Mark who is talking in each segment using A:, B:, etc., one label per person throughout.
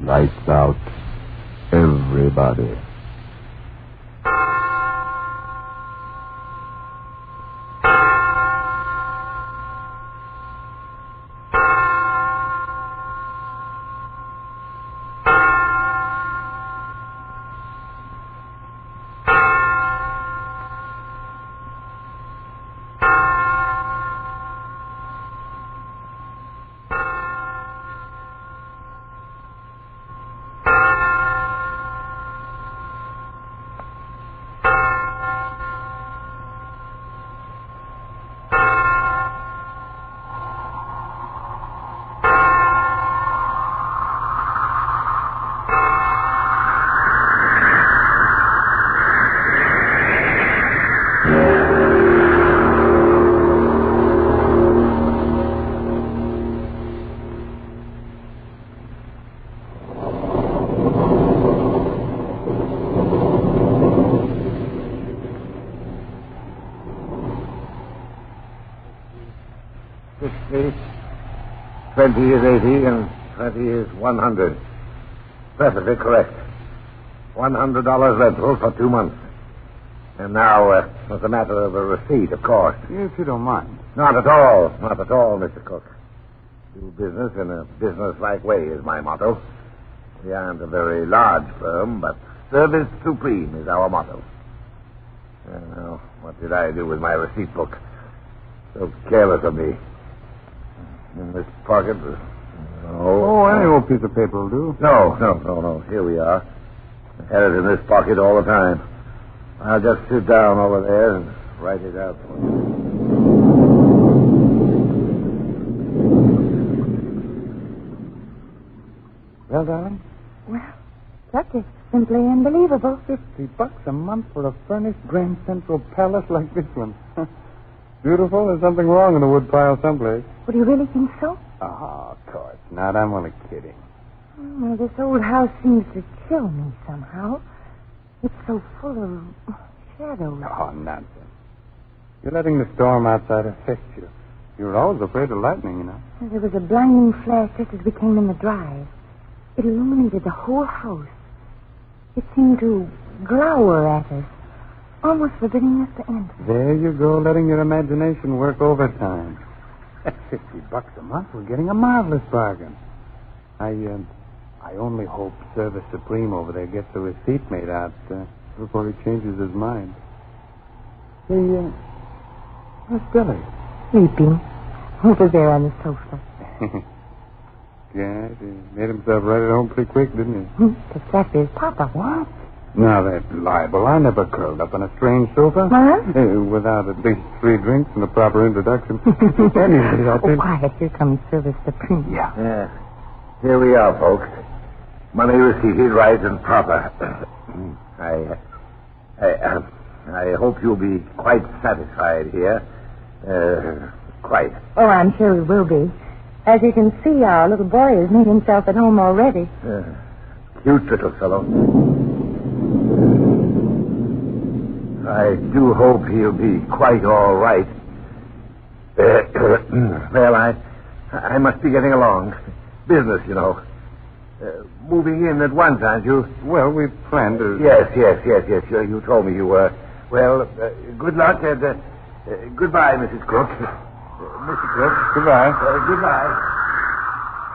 A: Lights out. Everybody. Six eight. Twenty is eighty, and twenty is one hundred. Perfectly correct. One hundred dollars rental for two months. And now, uh, it's a matter of a receipt, of course.
B: If you don't mind.
A: Not at all. Not at all, Mr. Cook. Do business in a businesslike way is my motto. We aren't a very large firm, but service supreme is our motto. Uh, now, what did I do with my receipt book? So careless of me. In this pocket. uh,
B: Oh,
A: Oh,
B: any old piece of paper will do.
A: No, no, no, no. Here we are. I had it in this pocket all the time. I'll just sit down over there and write it out for you.
B: Well, darling,
C: Well, Lucky. Simply unbelievable.
B: 50 bucks a month for a furnished Grand Central Palace like this one. Beautiful. There's something wrong in the woodpile someplace.
C: Would you really think so?
B: Ah, of course not. I'm only kidding.
C: Well, Mm, this old house seems to chill me somehow. It's so full of shadows.
B: Oh, nonsense. You're letting the storm outside affect you. You're always afraid of lightning, you know.
C: There was a blinding flash just as we came in the drive. It illuminated the whole house. It seemed to glower at us, almost forbidding us to enter.
B: There you go, letting your imagination work overtime. At 50 bucks a month, we're getting a marvelous bargain. I, uh, I only hope Service Supreme over there gets a receipt made out uh, before he changes his mind. uh, Hey, uh, where's Billy?
C: Sleeping over there on the sofa.
B: yeah, he made himself right at home pretty quick, didn't he?
C: Hmm, If that is Papa.
B: What? Now, that's libel. I never curled up on a strange sofa.
C: Huh?
B: Uh, without at least three drinks and a proper introduction. anyway, I
C: oh,
B: think...
C: quiet. Here comes Service Supreme.
B: Yeah.
A: Yeah. Here we are, folks. Money receipted right and proper. I, I, uh, I hope you'll be quite satisfied here. Uh, quite.
C: Oh, I'm sure he will be. As you can see, our little boy has made himself at home already.
A: Uh, cute little fellow. I do hope he'll be quite all right. Uh, well, I, I must be getting along. Business, you know. Uh, moving in at once, aren't you?
B: Well, we planned to...
A: Yes, yes, yes, yes. You, you told me you were. Well, uh, good luck and uh, uh, goodbye, Mrs. Crook. Uh, Mr. Crook.
B: Goodbye.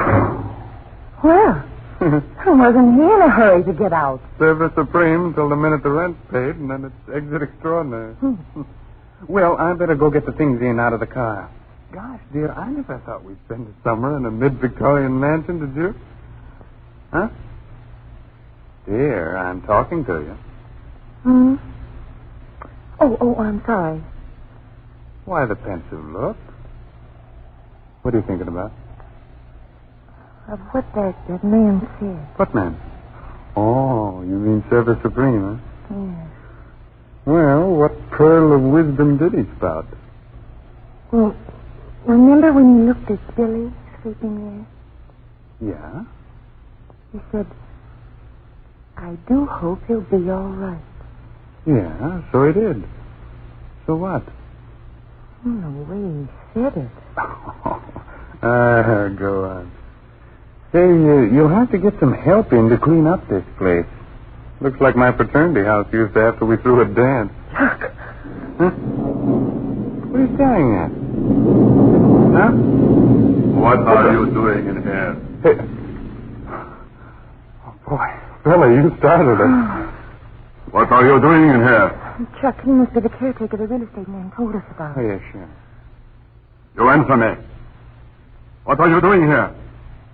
A: Uh, goodbye.
C: Well, I wasn't he in a hurry to get out?
B: Service supreme till the minute the rent's paid, and then it's exit extraordinary.
C: Hmm.
B: well, I better go get the things in out of the car. Gosh, dear, I never thought we'd spend the summer in a mid-Victorian mansion, did you? Huh? Dear, I'm talking to you.
C: Hmm? Oh, oh, I'm sorry.
B: Why the pensive look? What are you thinking about?
C: Of Uh, what that, that man said.
B: What man? Oh, you mean Service Supreme, huh?
C: Yes.
B: Well, what pearl of wisdom did he spout?
C: Well, remember when you looked at Billy sleeping
B: Yeah?
C: there? He said, I do hope he'll be all right.
B: Yeah, so he did. So what?
C: Hmm, the way he said it.
B: uh, go on. Ah, Say, you, you'll have to get some help in to clean up this place. Looks like my fraternity house used to after we threw a dance. Huh? What are you staring at? Huh?
A: What are you doing in here?
B: Hey. Oh, boy. Billy, you started it.
A: What are you doing in here?
C: Chuck, he must be the caretaker the real estate man told us about.
B: Oh, yeah, sure.
A: You answer me. What are you doing here?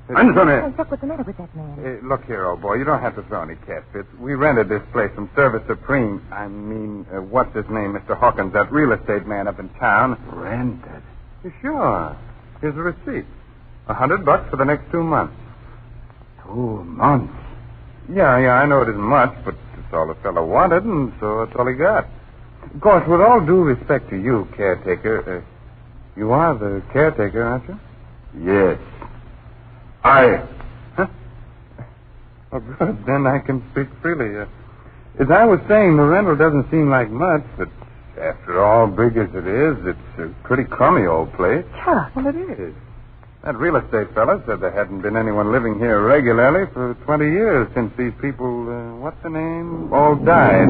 A: Answer
C: Hey,
A: me.
C: Chuck, what's the matter with that man?
B: Hey, look here, old boy. You don't have to throw any cat fits. We rented this place from Service Supreme. I mean, uh, what's his name? Mr. Hawkins, that real estate man up in town.
A: Rented.
B: Sure. Here's a receipt. A hundred bucks for the next two months. Two months? Yeah, yeah, I know it isn't much, but it's all the fellow wanted, and so that's all he got. Of course, with all due respect to you, caretaker, uh, you are the caretaker, aren't you?
A: Yes. I.
B: Huh? Well, good. Then I can speak freely. Uh, as I was saying, the rental doesn't seem like much, but after all, big as it is, it's a pretty crummy old place.
C: Chuck,
B: Well, it is. That real estate fella said there hadn't been anyone living here regularly for 20 years since these people, uh, what's the name, all died.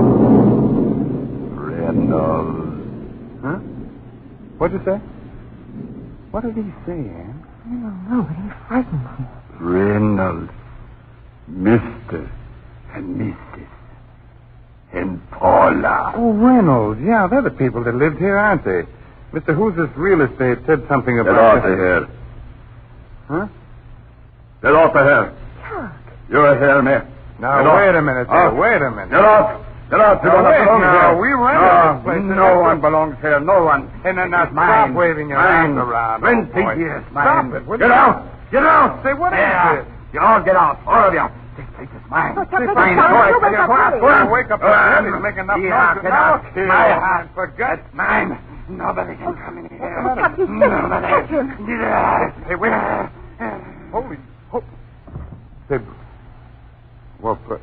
A: Rental.
B: Huh? What'd you say? What did he say, Ann?
C: I don't know, but he frightens me.
A: Reynolds, Mr. and Mrs. and Paula.
B: Oh, Reynolds. Yeah, they're the people that lived here, aren't they? Mr. Who's this real estate said something
A: Get
B: about...
A: out of here.
B: Huh?
A: Get out of here.
C: Chuck,
A: You hear me?
B: Now,
A: Get out.
B: wait a minute.
A: Out.
B: There. Wait a minute.
A: Get out. Get out. You
B: Now,
A: don't
B: wait
A: belong
B: now.
A: here.
B: We rented
A: no,
B: this place.
A: No
B: It's
A: one
B: not-
A: belongs here. No one.
B: And then now
A: It's
B: stop
A: mine.
B: waving your
A: Mine.
B: arms around. old
A: Twenty
B: boy.
A: years,
B: Stop
A: mine.
B: it. will
A: Get
B: you?
A: out. Get out.
B: Say, what is
A: There.
B: this?
A: You all get out. All of you. This place is mine.
C: Oh, Chuck,
A: It's
C: wake
A: mine.
C: up, Charlie.
A: Boy,
C: You wake
A: get out.
C: up, Charlie.
A: Go on.
B: You wake up,
A: Go on.
B: Charlie. He's making enough
A: Get
B: noise
A: out.
B: to
A: Get
B: knock
A: out.
B: you.
A: My house.
B: Forget-
A: It's mine. Nobody can come in here.
C: oh, Chuck, he's sick. Touch him.
A: Nobody.
B: Hey, wait. Holy. Ho- Say, well, but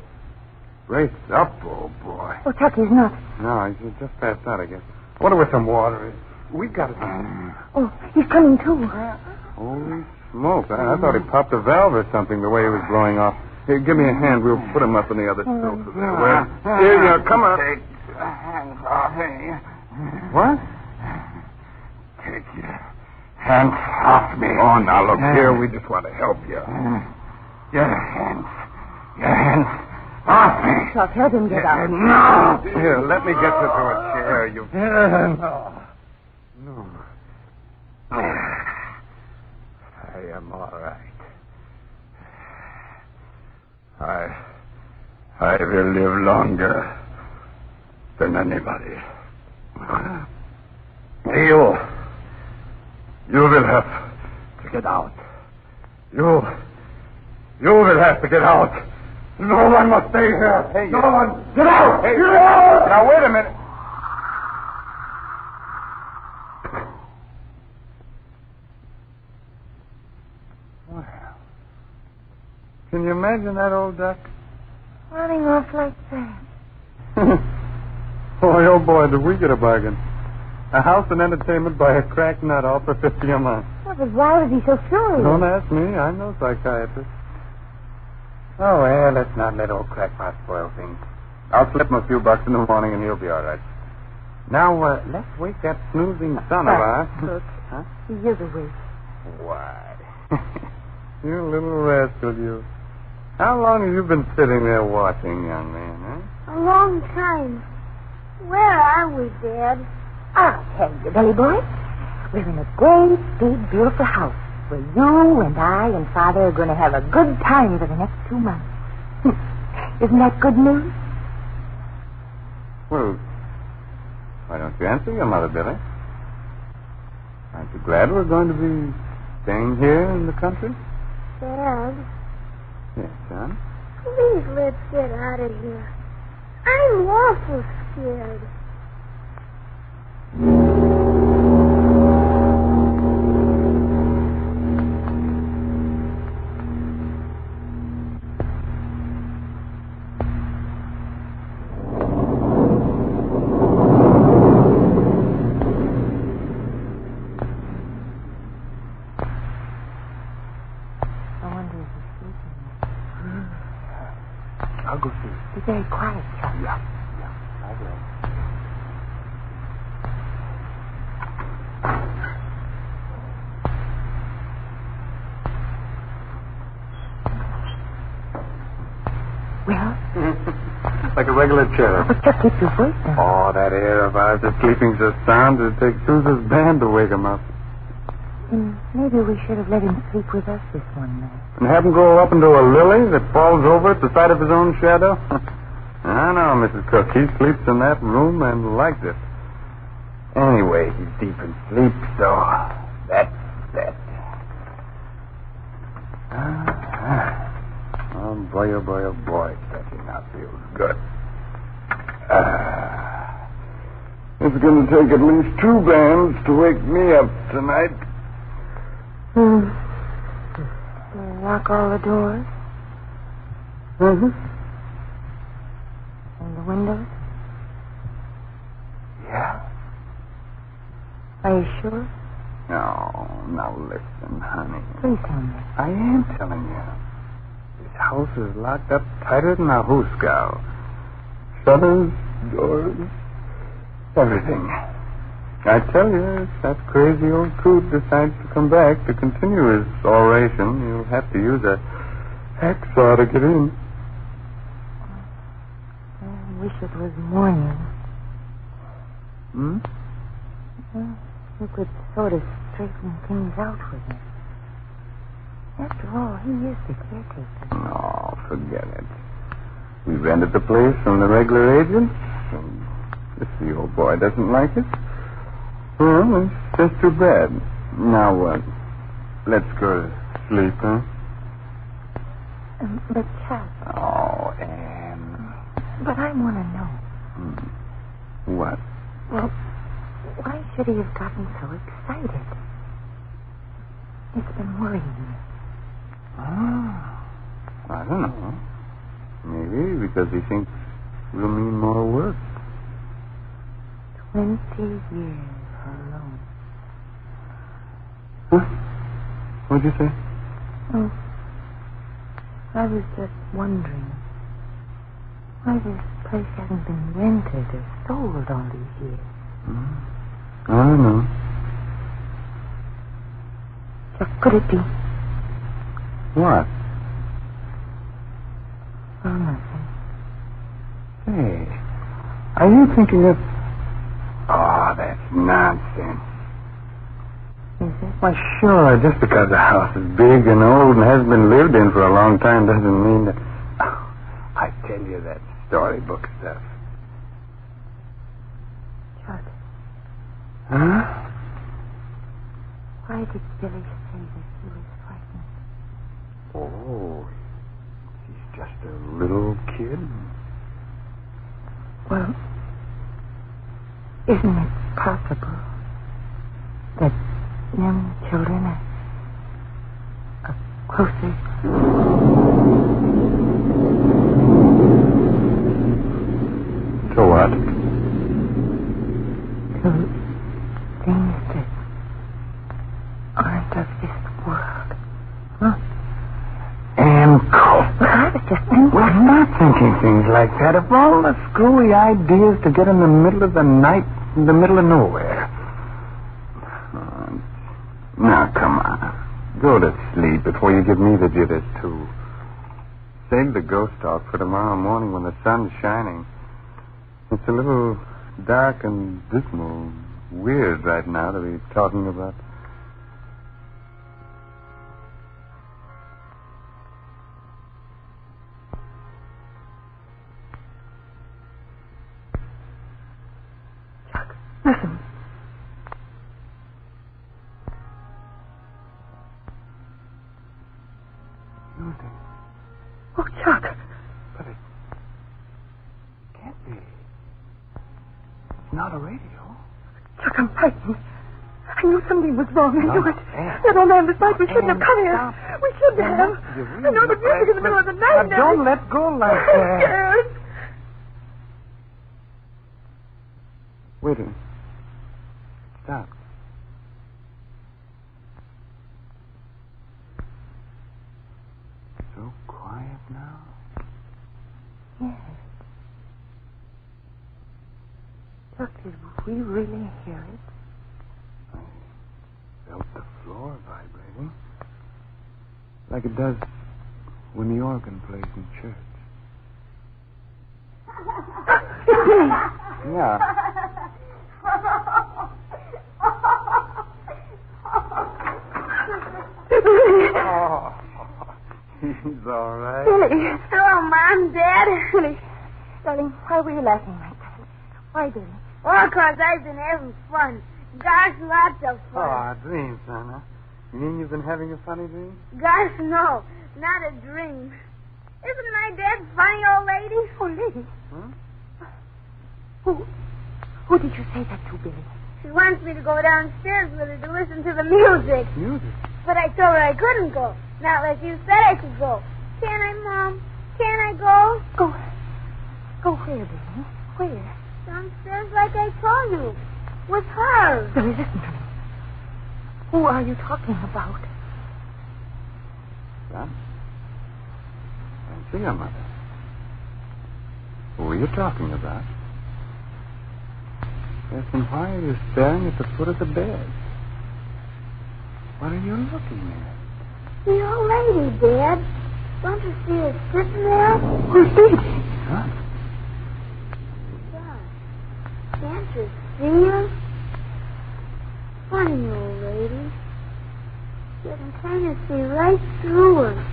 B: brace up, old boy.
C: Oh, Chuck, he's not.
B: No, he's just passed out, I guess. Wonder where some water is. We got it.
C: Oh, he's coming too.
B: Holy smoke. I, I thought he popped a valve or something the way he was blowing off. Here, give me a hand. We'll put him up in the other sofa there. Well, here, you are. come on.
A: Take your hands off me.
B: What?
A: Take your hands off me.
B: Oh, now, look here. We just want to help you.
A: Your hands. Your hands off me.
C: Chuck, help him get out.
A: Ah. No.
B: Here, let me get you to a chair, you... No. I am all right.
A: I, I will live longer than anybody. You, you will have to get out. You, you will have to get out. No one must stay here.
B: Hey,
A: no
B: you-
A: one. Get out.
B: Hey,
A: get out.
B: Now, wait a minute. Well, can you imagine that old duck?
C: Running off like that.
B: boy, oh boy, did we get a bargain. A house and entertainment by a crack nut all for 50 a month.
C: Oh, but why was he so furious?
B: Don't ask me. I'm no psychiatrist. Oh, well, let's not let old crackpot spoil things. I'll slip him a few bucks in the morning and he'll be all right. Now, uh, let's wake that snoozing son of ours.
C: Look,
B: Huh?
C: he is awake.
B: Why? you little rascal, you. How long have you been sitting there watching, young man, huh?
D: A long time. Where are we, Dad?
C: I'll Ah, tell you, Billy boy. We're in a great, big, beautiful house where you and I and Father are going to have a good time for the next two months. Isn't that good news?
B: Well, why don't you answer your mother, Billy? Aren't you glad we're going to be staying here in the country?
D: Dad,
B: Yes, son.
D: please let's get out of here. I'm awful scared.
C: I wonder if he's
B: I'll go see.
C: Be very quiet, Charlie.
B: Yeah, yeah, I will.
C: Well,
B: like a regular cherub.
C: but just keep your voice down.
B: Oh, that air of ours is sleeping so sound it'd take Sousa's band to wake him up.
C: Hmm, Maybe we should have let him sleep with us this one night.
B: And have him grow up into a lily that falls over at the sight of his own shadow? I know, Mrs. Cook. He sleeps in that room and likes it. Anyway, he's deep in sleep, so that's that. Ah, ah. Oh, boy, oh, boy, oh, boy. Catching out feels good. Ah. It's going to take at least two bands to wake me up tonight.
C: Hmm. Lock all the doors
B: Mm-hmm.
C: and the windows.
B: Yeah.
C: Are you sure?
B: No, now listen, honey.
C: Please tell me.
B: I am telling you. This house is locked up tighter than a hoose cow. Shutters, doors, everything. I tell you, if that crazy old coot decides to come back to continue his oration, he'll have to use a hacksaw to get in.
C: I wish it was morning.
B: Hmm?
C: Well, you could sort of straighten things out with him. After all, he is the caretaker.
B: No, Oh, forget it. We rented the place from the regular agents, and if the old boy doesn't like it, well, it's just too bad. Now what? Let's go to sleep, huh?
C: Um, but, Charlie,
B: Oh, Anne.
C: but I want to know.
B: Hmm. What?
C: Well, why should he have gotten so excited? It's been worrying me.
B: Ah, I don't know. Maybe because he thinks we'll mean more work.
C: Twenty years alone.
B: Huh? What'd you say?
C: Oh, I was just wondering why this place hasn't been rented or sold all these years. Hmm?
B: I don't know.
C: What could it be?
B: What?
C: Oh, nothing.
B: Hey, are you thinking of?
A: Ah,
B: Oh, that's nonsense.
C: Is it?
B: Why, Uh, sure, Oh, just because the house is big and old and hasn't been lived in for a long time doesn't mean that. Oh, I tell you that storybook stuff.
C: Chuck,
B: Huh?
C: why did Billy say that he was frightened?
B: Oh, he's just a little kid.
C: Well, isn't it possible that young children are, are closer?
B: So what?
C: to things that aren't of this world.
B: And cold.
C: Well, I was just thinking.
B: Well, I'm not thinking things like that. Of all the screwy ideas to get in the middle of the night, in the middle of nowhere. Uh, now, come on. Go to sleep before you give me the jitters, too. Save the ghost talk for tomorrow morning when the sun's shining. It's a little dark and dismal, weird right now to be talking about.
C: Chuck, listen.
B: Music.
C: Oh, Chuck.
B: But it can't be. It's not a radio.
C: Chuck, I'm frightened. I knew something was wrong. I
B: No,
C: knew it.
B: Ann.
C: That old man was right. We shouldn't
B: Ann,
C: have come here.
B: stop.
C: We shouldn't have. I know the music in the middle of the night.
B: Now,
C: Nellie.
B: don't let go
C: I'm
B: like that.
C: scared.
B: Wait a minute. Stop. So quiet now.
C: Look, did we really hear it?
B: Felt the floor vibrating. Like it does when the organ plays in church. yeah. Oh, he's all right.
C: Billy,
D: Hello, Mom, Dad.
C: Billy, darling, why were you laughing like that? Why, Billy?
D: Well, because Oh, I've been having fun. Gosh, lots of
B: Oh,
D: fun.
B: a dream, son, huh? You mean you've been having a funny dream?
D: Gosh, no, not a dream. Isn't my dad funny, old lady?
C: Oh, lady.
B: Huh?
C: Who? Who did you say that to, Billy?
D: She wants me to go downstairs with her to listen to the music,
B: Music.
D: but I told her I couldn't go. Not unless you said I could go. Can I, Mom? Can I go?
C: Go. Go where, Billy? Where?
D: Downstairs like I told you. With her.
C: Billy, listen to me. Who are you talking about?
B: Son? I see your mother. Who are you talking about? Yes, and why are you staring at the foot of the bed? What are you looking at?
D: The old lady, Dad. Don't you see her sitting there?
C: Who's Billy?
B: Huh?
D: Gosh, can't you see her? Funny old lady. You can kind of see right through her.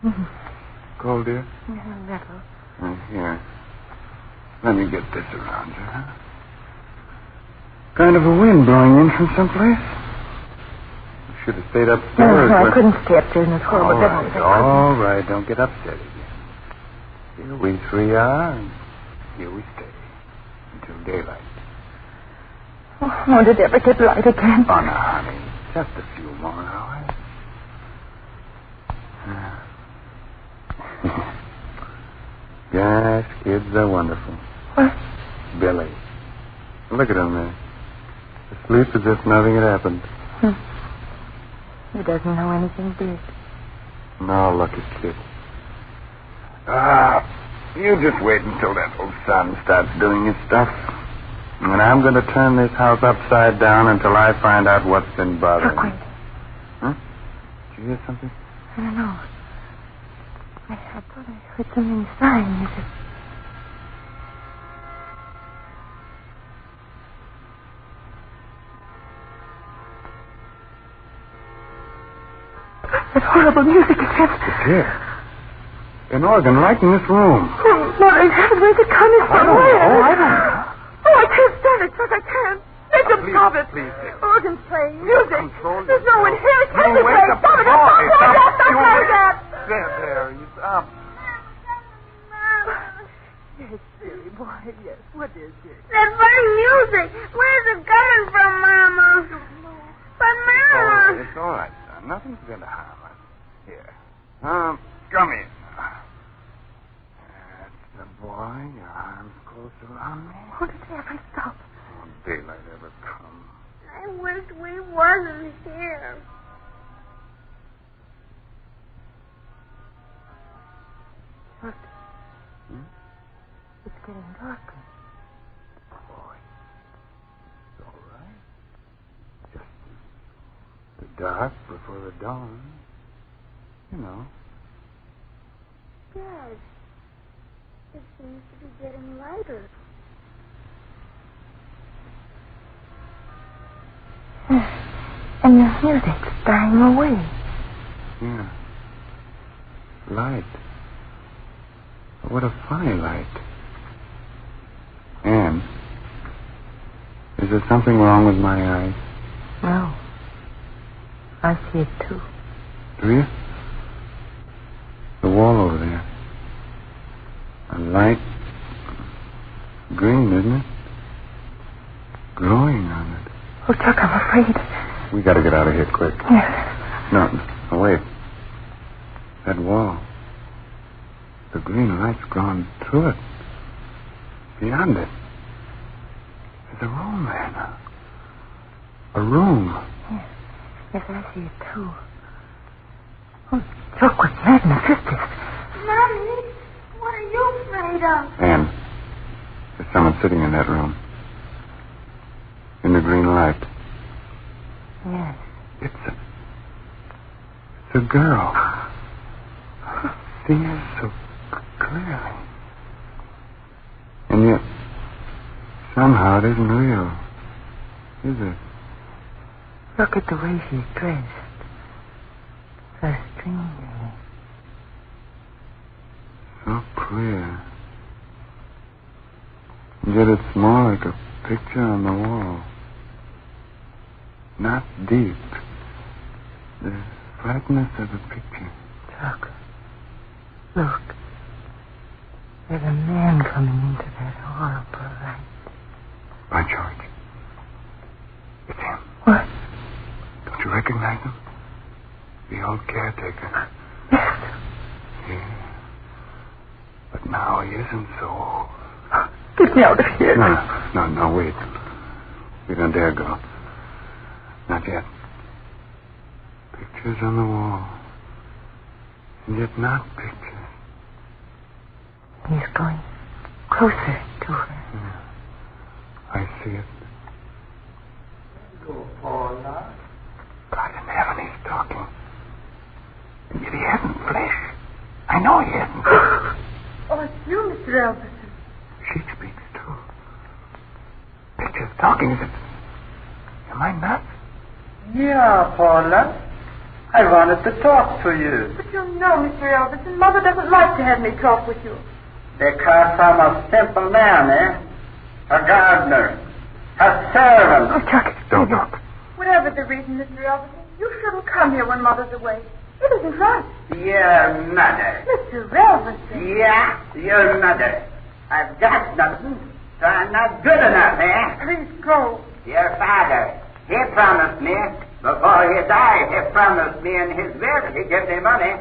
B: Mm-hmm. Cold, dear?
C: A little.
B: Uh, here. Let me get this around you, huh? Kind of a wind blowing in from someplace. You should have stayed upstairs.
C: I
B: but-
C: couldn't stay upstairs in this
B: All
C: horrible
B: right, all right. Don't get upset again. Here we three are, and here we stay until daylight.
C: Oh, won't it ever get light again?
B: Oh, now, honey, just a few more hours. Ah. Gosh, kids are wonderful.
C: What?
B: Billy. Look at him there. Asleep as if nothing had happened.
C: hmm. He doesn't know anything big.
B: Now look at kid. Ah, you just wait until that old son starts doing his stuff. And I'm going to turn this house upside down until I find out what's been bothering
C: Look,
B: him.
C: Wayne,
B: Huh? Did you hear something?
C: I don't know. I, I thought I heard something sighing. Is it- That horrible music again.
B: It's here. An organ right in this room.
C: Oh, Mother in heaven, where's it coming
B: I
C: from?
B: don't
C: Where?
B: know. I don't know.
C: Oh, I can't stand it, Chuck. I can't. Make them
B: Oh, please,
C: stop it. Oh,
B: please, dear.
C: Organ playing, music.
B: Control
C: There's no one here. It can't
B: You
C: be
B: wake
C: played.
B: up Oh,
C: Stop it.
B: the boy.
C: Stop
B: Stop.
C: that. Stop
B: You
C: like
B: wake-
C: that.
B: There, there, he's up.
D: Mom,
C: Yes, silly boy. Yes. What is it?
D: that funny music. Where's it coming from, Mama? But
B: It's all right.
D: Mama,
B: Oh, It's all right, son. Nothing's going to harm us. Here. Um, come in. That's the boy. Your arms close around me.
C: When did it ever stop?
B: Won't daylight ever come?
D: I wish we wasn't here.
C: Look.
B: Hmm?
C: It's getting darker.
B: Boy. It's all right. Just the dark before the dawn. You know.
D: Dad, it seems to be getting lighter.
B: Hmm.
C: And the music's dying away.
B: Yeah. Light. What a funny light. Anne, is there something wrong with my eyes?
C: No. I see it too.
B: Do you? The wall over there. A light green, isn't it? Growing on it.
C: Oh, Chuck, I'm afraid.
B: We gotta get out of here quick.
C: Yes.
B: No, no, wait. That wall. The green light's gone through it. Beyond it. There's a room there now. A room.
C: Yes, I see it too. Oh, look what madness is this?
D: Mommy, what are you afraid of?
B: Anne, there's someone sitting in that room. In the green light.
C: Yes.
B: It's a. It's a girl. I see her so c- clearly. And yet, somehow it isn't real. Is it?
C: Look at the way she's dressed. So strangely.
B: So clear. And yet it's more like a picture on the wall. Not deep. The flatness of a picture.
C: Look. Look. There's a man coming into that horrible light.
B: By George. It's him.
C: What?
B: Don't you recognize him? The old caretaker.
C: Yes.
B: Yeah. But now he isn't so old.
C: Get me out of here.
B: No, no, no, wait. We don't dare go. Not yet. Pictures on the wall. And yet not pictures.
C: He's going closer to her.
B: I see it. God in heaven, he's talking. And yet he hasn't flesh. I know he hasn't.
D: Oh, it's you, Mr. Albertson.
B: she speaks too. Pictures talking, is it? Am I nuts?
E: Yeah, Paula. I wanted to talk to you.
D: But you know, Mr. Albertson, Mother doesn't like to have me talk with you.
E: Because I'm a simple man, eh? A gardener. A
D: Oh,
E: servant.
B: Chuck, don't look.
D: Whatever the reason, Mr. Albertson, you shouldn't come here when Mother's away. It isn't right.
E: Your mother.
D: Mr. Albertson.
E: Yeah, your mother. I've got nothing, so I'm not good enough, eh?
D: Please go.
E: Your father, he promised me, before he died, he promised me in his will he'd give me money.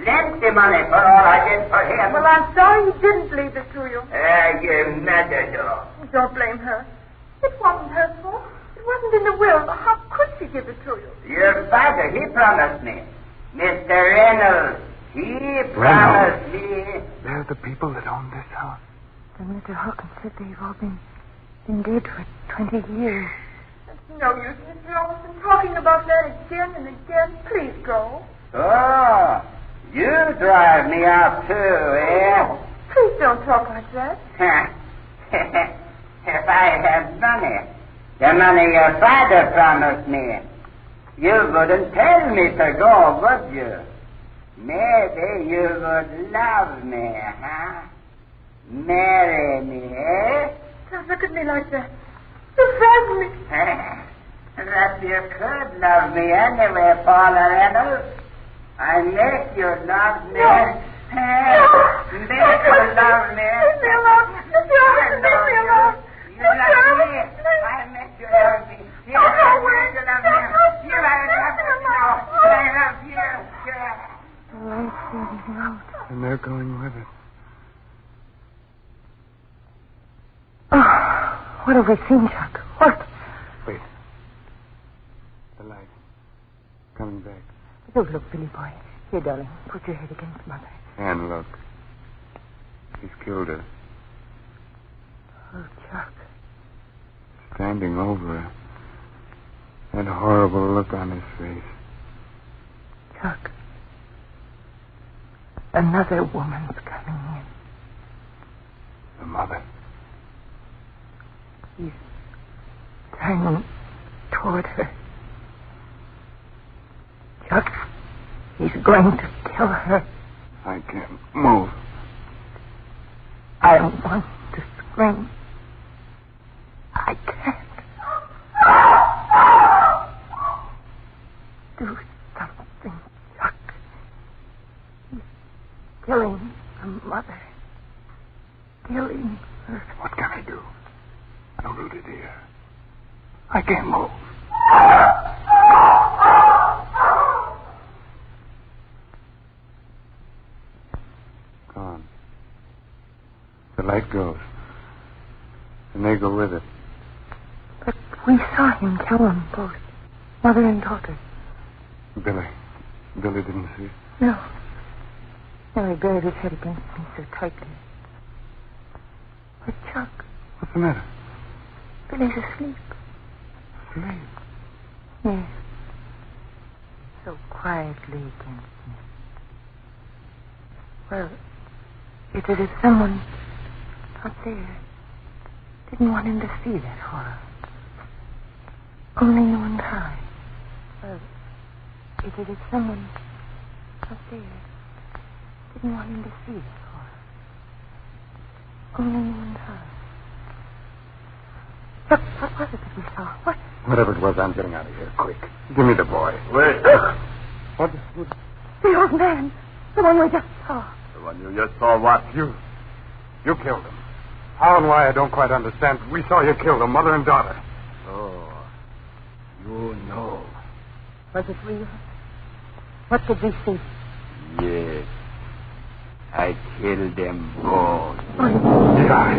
E: Plenty money for all I did for him.
D: Well, I'm sorry he didn't leave it to you.
E: Ah, your mother, though.
D: Don't blame her. It wasn't her fault. It wasn't in the will. How could she give it to you?
E: Your father, he promised me. Mr. Reynolds, he promised me.
B: They're the people that own this house.
C: And Mr. Hawkins said they've all been, been dead for 20 years.
D: It's no use, Mr. Albertson, talking about that again and again. Please go.
E: Oh, you drive me out too, eh?
D: Please don't talk like that.
E: if I had money, the money your father promised me, you wouldn't tell me to go, would you? Maybe you would love me, huh? Marry me, eh?
D: Don't look at me like that. You frighten me.
E: that you could love me anyway, Paula Reynolds. I make you love me.
D: No.
E: Make you love me.
D: Leave me alone. Mr. Albertson, leave me alone.
E: You love me. I make you love me. You
D: Don't go
E: love
D: away.
E: me. You love
D: Don't go.
E: me. You are loving now. I love you. Yeah.
C: The light's fading out.
B: And they're going with it.
C: Oh, what have we seen, Chuck? What?
B: Wait. The light. Coming back.
C: Don't look, Billy boy. Here, darling, put your head against Mother.
B: Anne, look. He's killed her.
C: Oh, Chuck.
B: Standing over her. That horrible look on his face.
C: Chuck. Another woman's coming in.
B: The mother.
C: He's turning toward her. Chuck, he's going to kill her.
B: I can't move.
C: I want to scream. I can't. Do something, Chuck. He's killing the mother. Killing her.
B: What can I do? I'm rooted here. I can't move. light goes. And they go with it.
C: But we saw him kill them both, mother and daughter.
B: Billy. Billy didn't see it.
C: No. No, he buried his head against me so tightly. But Chuck,
B: What's the matter?
C: Billy's asleep.
B: Sleep.
C: Yes. So quietly against me. Well, it's as if someone out there didn't want him to see that horror. Only you and I. Well, it's as if someone out there didn't want him to see that horror. Only you and I. Look, what was it that we saw? What?
B: Whatever it was, I'm getting out of here. Quick. Give me the boy.
A: Wait.
B: What?
C: The old man. The one we just saw.
A: the one you just saw what?
B: You. You killed him. How and why, I don't quite understand. We saw you kill them, mother and daughter.
A: Oh. You know.
C: Was it real? What did we see?
A: Yes. I killed them both.
C: I,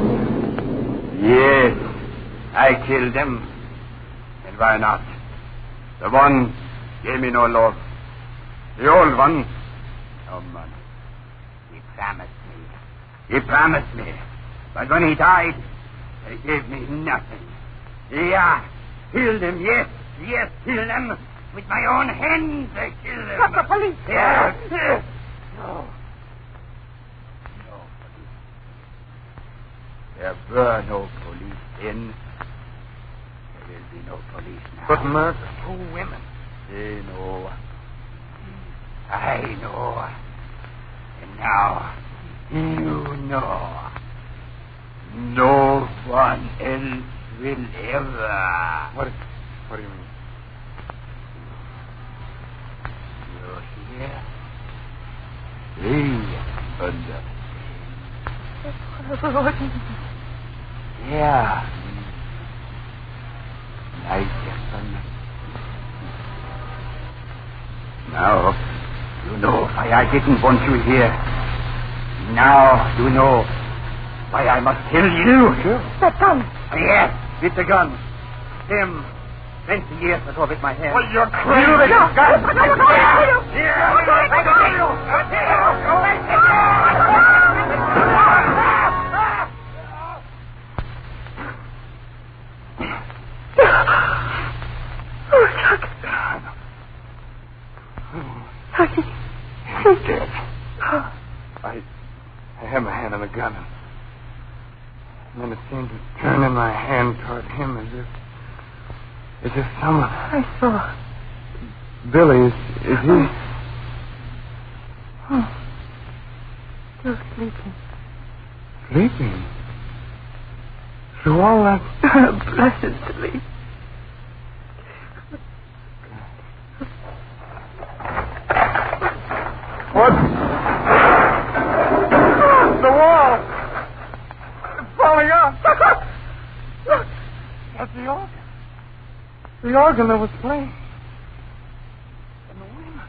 A: Yes, I killed them. And why not? The one gave me no love. The old one, no money. He promised me. He promised me. But when he died, he gave me nothing. Yeah, killed him, yes, yes, killed him. With my own hands, I killed him.
C: Stop the police.
A: Yeah. No. No police. There were no police then. There will be no police now.
B: But, Mark-
A: Two women. They know. I know. And now, you know. No one else will ever.
B: What? What do you mean?
A: You hear? They understand. Yeah. Nice, Captain. Now, you know why I didn't want you here. Now you know why I must kill you.
C: That gun.
A: Yes, with the gun. Him. Twenty years ago with my hand. Well, you're crazy.
C: Yeah.
A: gun.
C: I don't know what I do. Oh, Chuck. Chucky. He's dead.
B: I, I had my hand on the gun. And then it seemed to turn in my hand toward him as if. As if someone.
C: I saw.
B: Billy, is, is he.
C: Oh. Still sleeping.
B: Sleeping? Through all that.
C: Blessed sleep.
B: What? The wall! It's falling off! Look! That's the organ. The organ that was playing. And the women.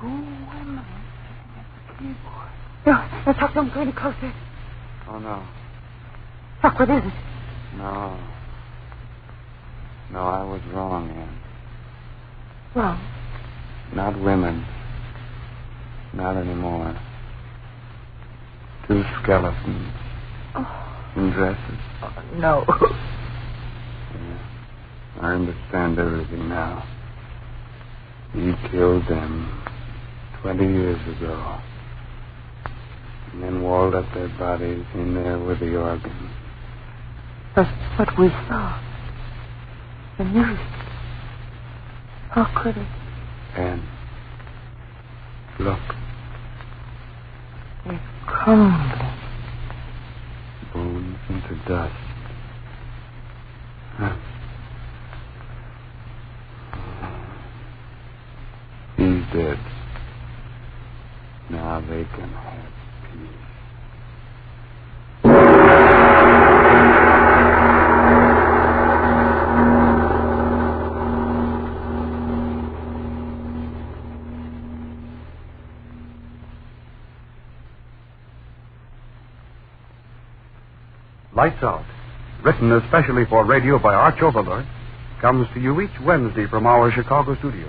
B: Two women sitting at the keyboard.
C: No, now, Chuck, don't go any closer.
B: Oh, no.
C: Chuck, what is it?
B: No. No, I was wrong, Anne.
C: Wrong.
B: Not women. Not anymore. Two skeletons
C: Oh,
B: in dresses.
C: no.
B: Yeah. I understand everything now. He killed them 20 years ago. And then walled up their bodies in there with the organ.
C: But what we saw. The music. How could it?
B: And look,
C: It's crumbling.
B: bones into dust. Huh. He's dead. Now they can have peace. Lights Out, written especially for radio by Arch Overberg, comes to you each Wednesday from our Chicago studio.